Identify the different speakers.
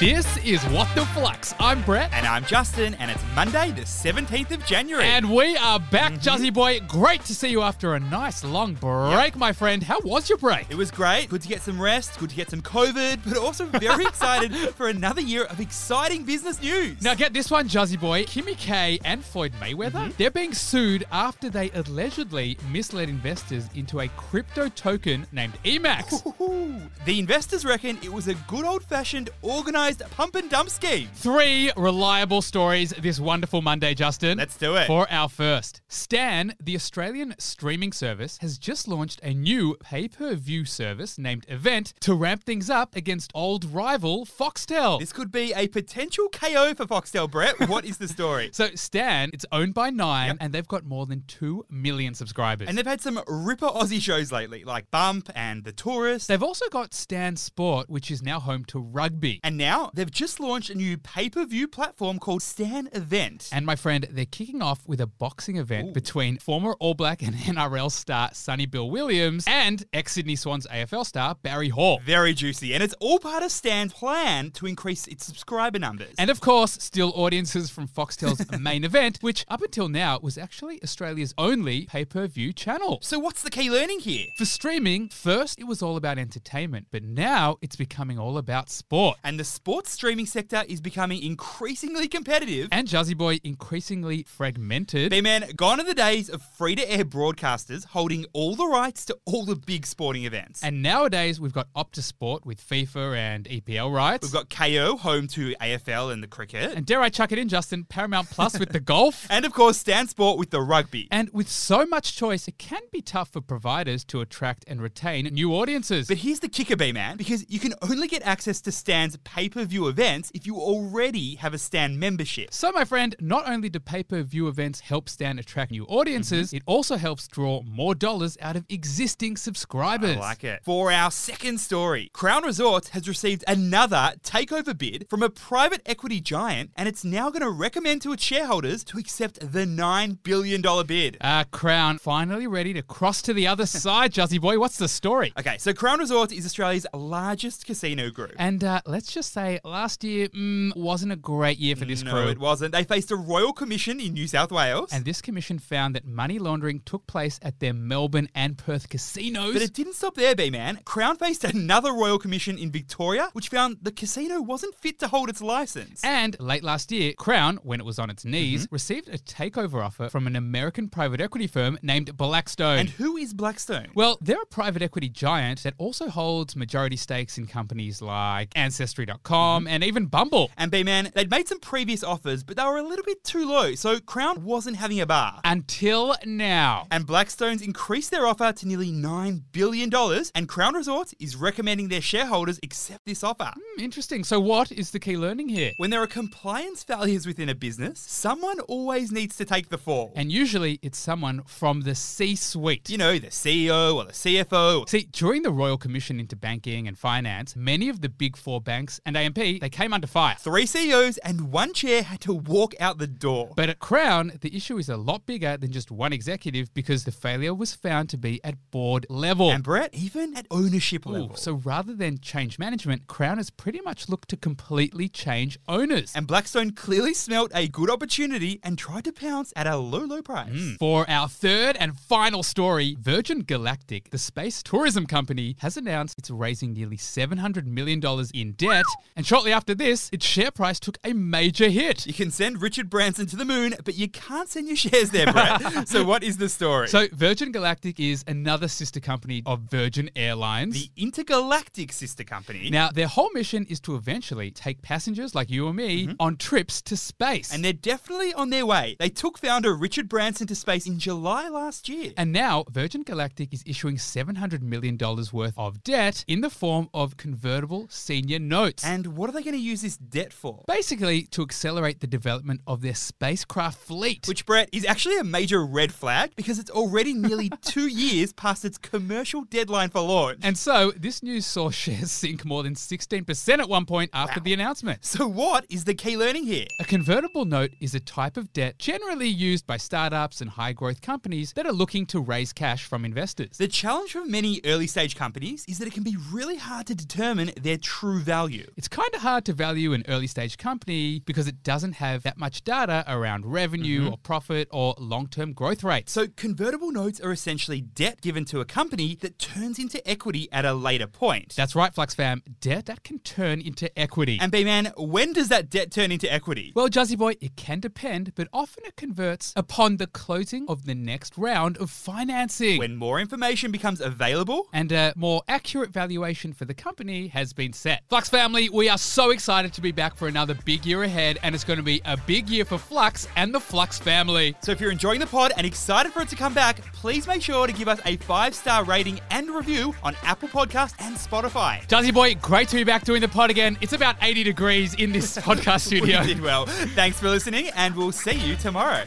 Speaker 1: This is What the Flux. I'm Brett.
Speaker 2: And I'm Justin, and it's Monday, the 17th of January.
Speaker 1: And we are back,
Speaker 2: Mm-hmm.
Speaker 1: Juzzy Boy. Great to see you after a nice long break, my friend. How was your break?
Speaker 2: it was great. Good to get some rest, good to get some COVID, but also very excited for another year of exciting business news.
Speaker 1: Now get this one, Juzzy Boy. Kimmy K and Floyd Mayweather,
Speaker 2: Mm-hmm.
Speaker 1: they're being sued after they allegedly misled investors into a crypto token named E EMAX.
Speaker 2: Ooh, the investors reckon it was a good old fashioned organized pump and dump scheme.
Speaker 1: Three reliable stories this wonderful Monday, Justin.
Speaker 2: Let's do it.
Speaker 1: For our first, Stan, the Australian streaming service, has just launched a new pay per view service named Event to ramp things up against old rival Foxtel.
Speaker 2: This could be a potential KO for Foxtel, Brett. What is the story?
Speaker 1: so, Stan, it's owned by Nine, and they've got more than 2 million subscribers.
Speaker 2: And they've had some ripper Aussie shows lately, like Bump and The Tourist.
Speaker 1: They've also got Stan Sport, which is now home to rugby.
Speaker 2: And now they've just launched a new pay per view platform called Stan Event.
Speaker 1: And my friend, they're kicking off with a boxing event between former All Black and NRL star Sonny Bill Williams and ex Sydney Swans AFL star Barry Hall.
Speaker 2: Very juicy. And it's all part of Stan's plan to increase its subscriber numbers.
Speaker 1: And of course, still audiences from Foxtel's main event, which up until now was actually Australia's only pay per view channel.
Speaker 2: so, what's the key learning here?
Speaker 1: For streaming, first it was all about entertainment, but now it's becoming all about sport.
Speaker 2: And the sports streaming sector is becoming increasingly competitive.
Speaker 1: And Jazzy Boy increasingly fragmented.
Speaker 2: B man, gone are the days of free to air broadcasters holding all the rights to all the big sporting events.
Speaker 1: And nowadays we've got Opta Sport with FIFA and EPL rights.
Speaker 2: We've got KO home to AFL and the cricket.
Speaker 1: and dare I chuck it in, Justin, Paramount Plus with the golf.
Speaker 2: and of course, Stan Sport with the rugby.
Speaker 1: And with so much choice, it can be tough for providers to attract and retain new audiences.
Speaker 2: But here's the kicker, B man, because you can only get access to Stan's pay per view events if you already have a Stan membership.
Speaker 1: So, my friend, not only do pay per view events help Stan attract new audiences,
Speaker 2: Mm-hmm.
Speaker 1: it also helps draw more dollars out of existing subscribers.
Speaker 2: I like it. For our second story, Crown Resorts has received another takeover bid from a private equity giant, and it's now going to recommend to its shareholders to accept the $9 billion bid.
Speaker 1: Uh, Crown, finally ready to cross to the other side, Juzzy Boy. What's the story?
Speaker 2: Okay, so Crown Resorts is Australia's largest casino group.
Speaker 1: And uh, let's just say last year mm, wasn't a great year for this
Speaker 2: No,
Speaker 1: crew.
Speaker 2: it wasn't. They faced a royal commission in New South Wales.
Speaker 1: and this commission found that money laundering took place at their Melbourne and Perth casinos.
Speaker 2: but it didn't stop there, B man. Crown faced another royal commission in Victoria, which found the casino wasn't fit to hold its license.
Speaker 1: And late last year, Crown, when it was on
Speaker 2: Mm-hmm.
Speaker 1: its knees, received a takeover offer from an American private equity firm named Blackstone.
Speaker 2: and who is Blackstone?
Speaker 1: well, they're a private equity giant that also holds majority stakes in companies like Ancestry.com
Speaker 2: Mm-hmm.
Speaker 1: and even Bumble.
Speaker 2: And B Man, they'd made some previous offers, but they were a little bit too low, so Crown wasn't having a bar.
Speaker 1: Until now.
Speaker 2: And Blackstone's increased their offer to nearly $9 billion, and Crown Resorts is recommending their shareholders accept this offer.
Speaker 1: Hmm, Interesting. So, what is the key learning here?
Speaker 2: When there are compliance failures within a business, someone always needs to take the fall.
Speaker 1: And usually it's someone from the C suite.
Speaker 2: you know, the CEO or the CFO.
Speaker 1: See, during the Royal Commission into Banking and Finance, many of the big four banks and AMP, they came under fire.
Speaker 2: Three CEOs and one chair had to walk out the door.
Speaker 1: But at Crown, the issue is a lot bigger than just one executive because the failure was found to be at board level.
Speaker 2: and Brett, even at ownership
Speaker 1: Ooh,
Speaker 2: level.
Speaker 1: so rather than change management, Crown has pretty much looked to completely change owners.
Speaker 2: and Blackstone clearly smelt a good opportunity and tried to pounce at a low, low price.
Speaker 1: For our third and final story, Virgin Galactic, the space tourism company, has announced it's raising nearly $700 million in debt. And shortly after this, its share price took a major hit.
Speaker 2: You can send Richard Branson to the moon, but you can't send your shares there, Brett. so what is the story?
Speaker 1: So, Virgin Galactic is another sister company of Virgin Airlines.
Speaker 2: the intergalactic sister company.
Speaker 1: Now, their whole mission is to eventually take passengers like you and me on trips to space.
Speaker 2: Mm-hmm. and they're definitely on their way. They took founder Richard Branson to space in July last year.
Speaker 1: And now, Virgin Galactic is issuing $700 million worth of debt in the form of convertible senior notes.
Speaker 2: And what are they going to use this debt for?
Speaker 1: basically, to accelerate the development of their spacecraft fleet.
Speaker 2: Which, Brett, is actually a major red flag because it's already nearly two years past its commercial deadline for launch.
Speaker 1: and so, this news saw shares sink more than 16% at one point after the announcement.
Speaker 2: so, what is the key learning here?
Speaker 1: A convertible note is a type of debt generally used by startups and high growth companies that are looking to raise cash from investors.
Speaker 2: The challenge for many early stage companies is that it can be really hard to determine their true value.
Speaker 1: It's It's kind of hard to value an early stage company because it doesn't have that much data around revenue or profit or long term growth rates.
Speaker 2: So, convertible notes are essentially debt given to a company that turns into equity at a later point.
Speaker 1: That's right, Flux fam. Debt that can turn into equity.
Speaker 2: and B Man, when does that debt turn into equity?
Speaker 1: well, Jazzy Boy, it can depend, but often it converts upon the closing of the next round of financing.
Speaker 2: when more information becomes available,
Speaker 1: and a more accurate valuation for the company has been set. Flux family, we are so excited to be back for another big year ahead, and it's going to be a big year for Flux and the Flux family.
Speaker 2: So if you're enjoying the pod and excited for it to come back, please make sure to give us a five star rating and review on Apple Podcasts and Spotify.
Speaker 1: Jazzy Boy, great to be back doing the pod again. It's about 80 degrees in this podcast
Speaker 2: We
Speaker 1: studio.
Speaker 2: did well. Thanks for listening, and we'll see you tomorrow.